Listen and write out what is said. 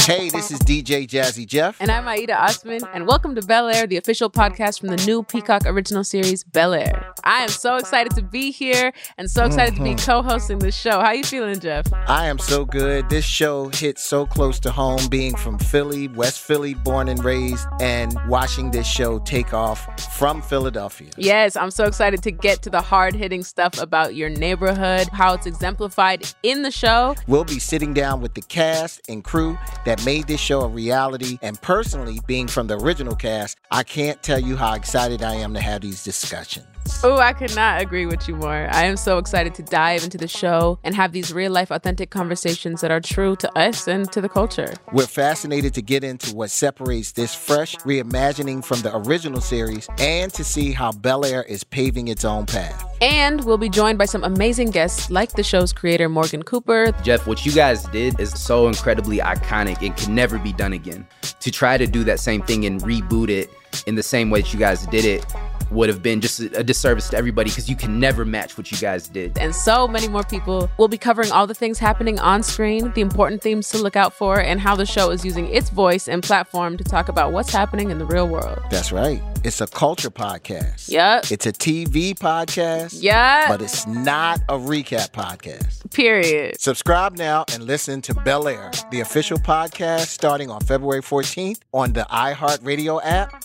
Hey, this is DJ Jazzy Jeff. And I'm Aida Osman, and welcome to Bel Air, the official podcast from the new Peacock original series, Bel Air. I am so excited to be here and so excited to be co hosting this show. How you feeling, Jeff? I am so good. This show hits so close to home, being from Philly, West Philly, born and raised, and watching this show take off from Philadelphia. Yes, I'm so excited to get to the hard hitting stuff about your neighborhood, how it's exemplified in the show. We'll be sitting down with the cast and crew that made this show a reality. And personally, being from the original cast, I can't tell you how excited I am to have these discussions. Oh, I could not agree with you more. I am so excited to dive into the show and have these real life, authentic conversations that are true to us and to the culture. We're fascinated to get into what separates this fresh reimagining from the original series and to see how Bel Air is paving its own path. And we'll be joined by some amazing guests like the show's creator, Morgan Cooper. Jeff, what you guys did is so incredibly iconic and can never be done again. To try to do that same thing and reboot it in the same way that you guys did it would have been just a disservice to everybody because you can never match what you guys did. And so many more people. We'll be covering all the things happening on screen, the important themes to look out for, and how the show is using its voice and platform to talk about what's happening in the real world. That's right. It's a culture podcast. Yep. It's a TV podcast. Yeah. But it's not a recap podcast. Period. Subscribe now and listen to Bel Air, the official podcast, starting on February 14th on the iHeartRadio app,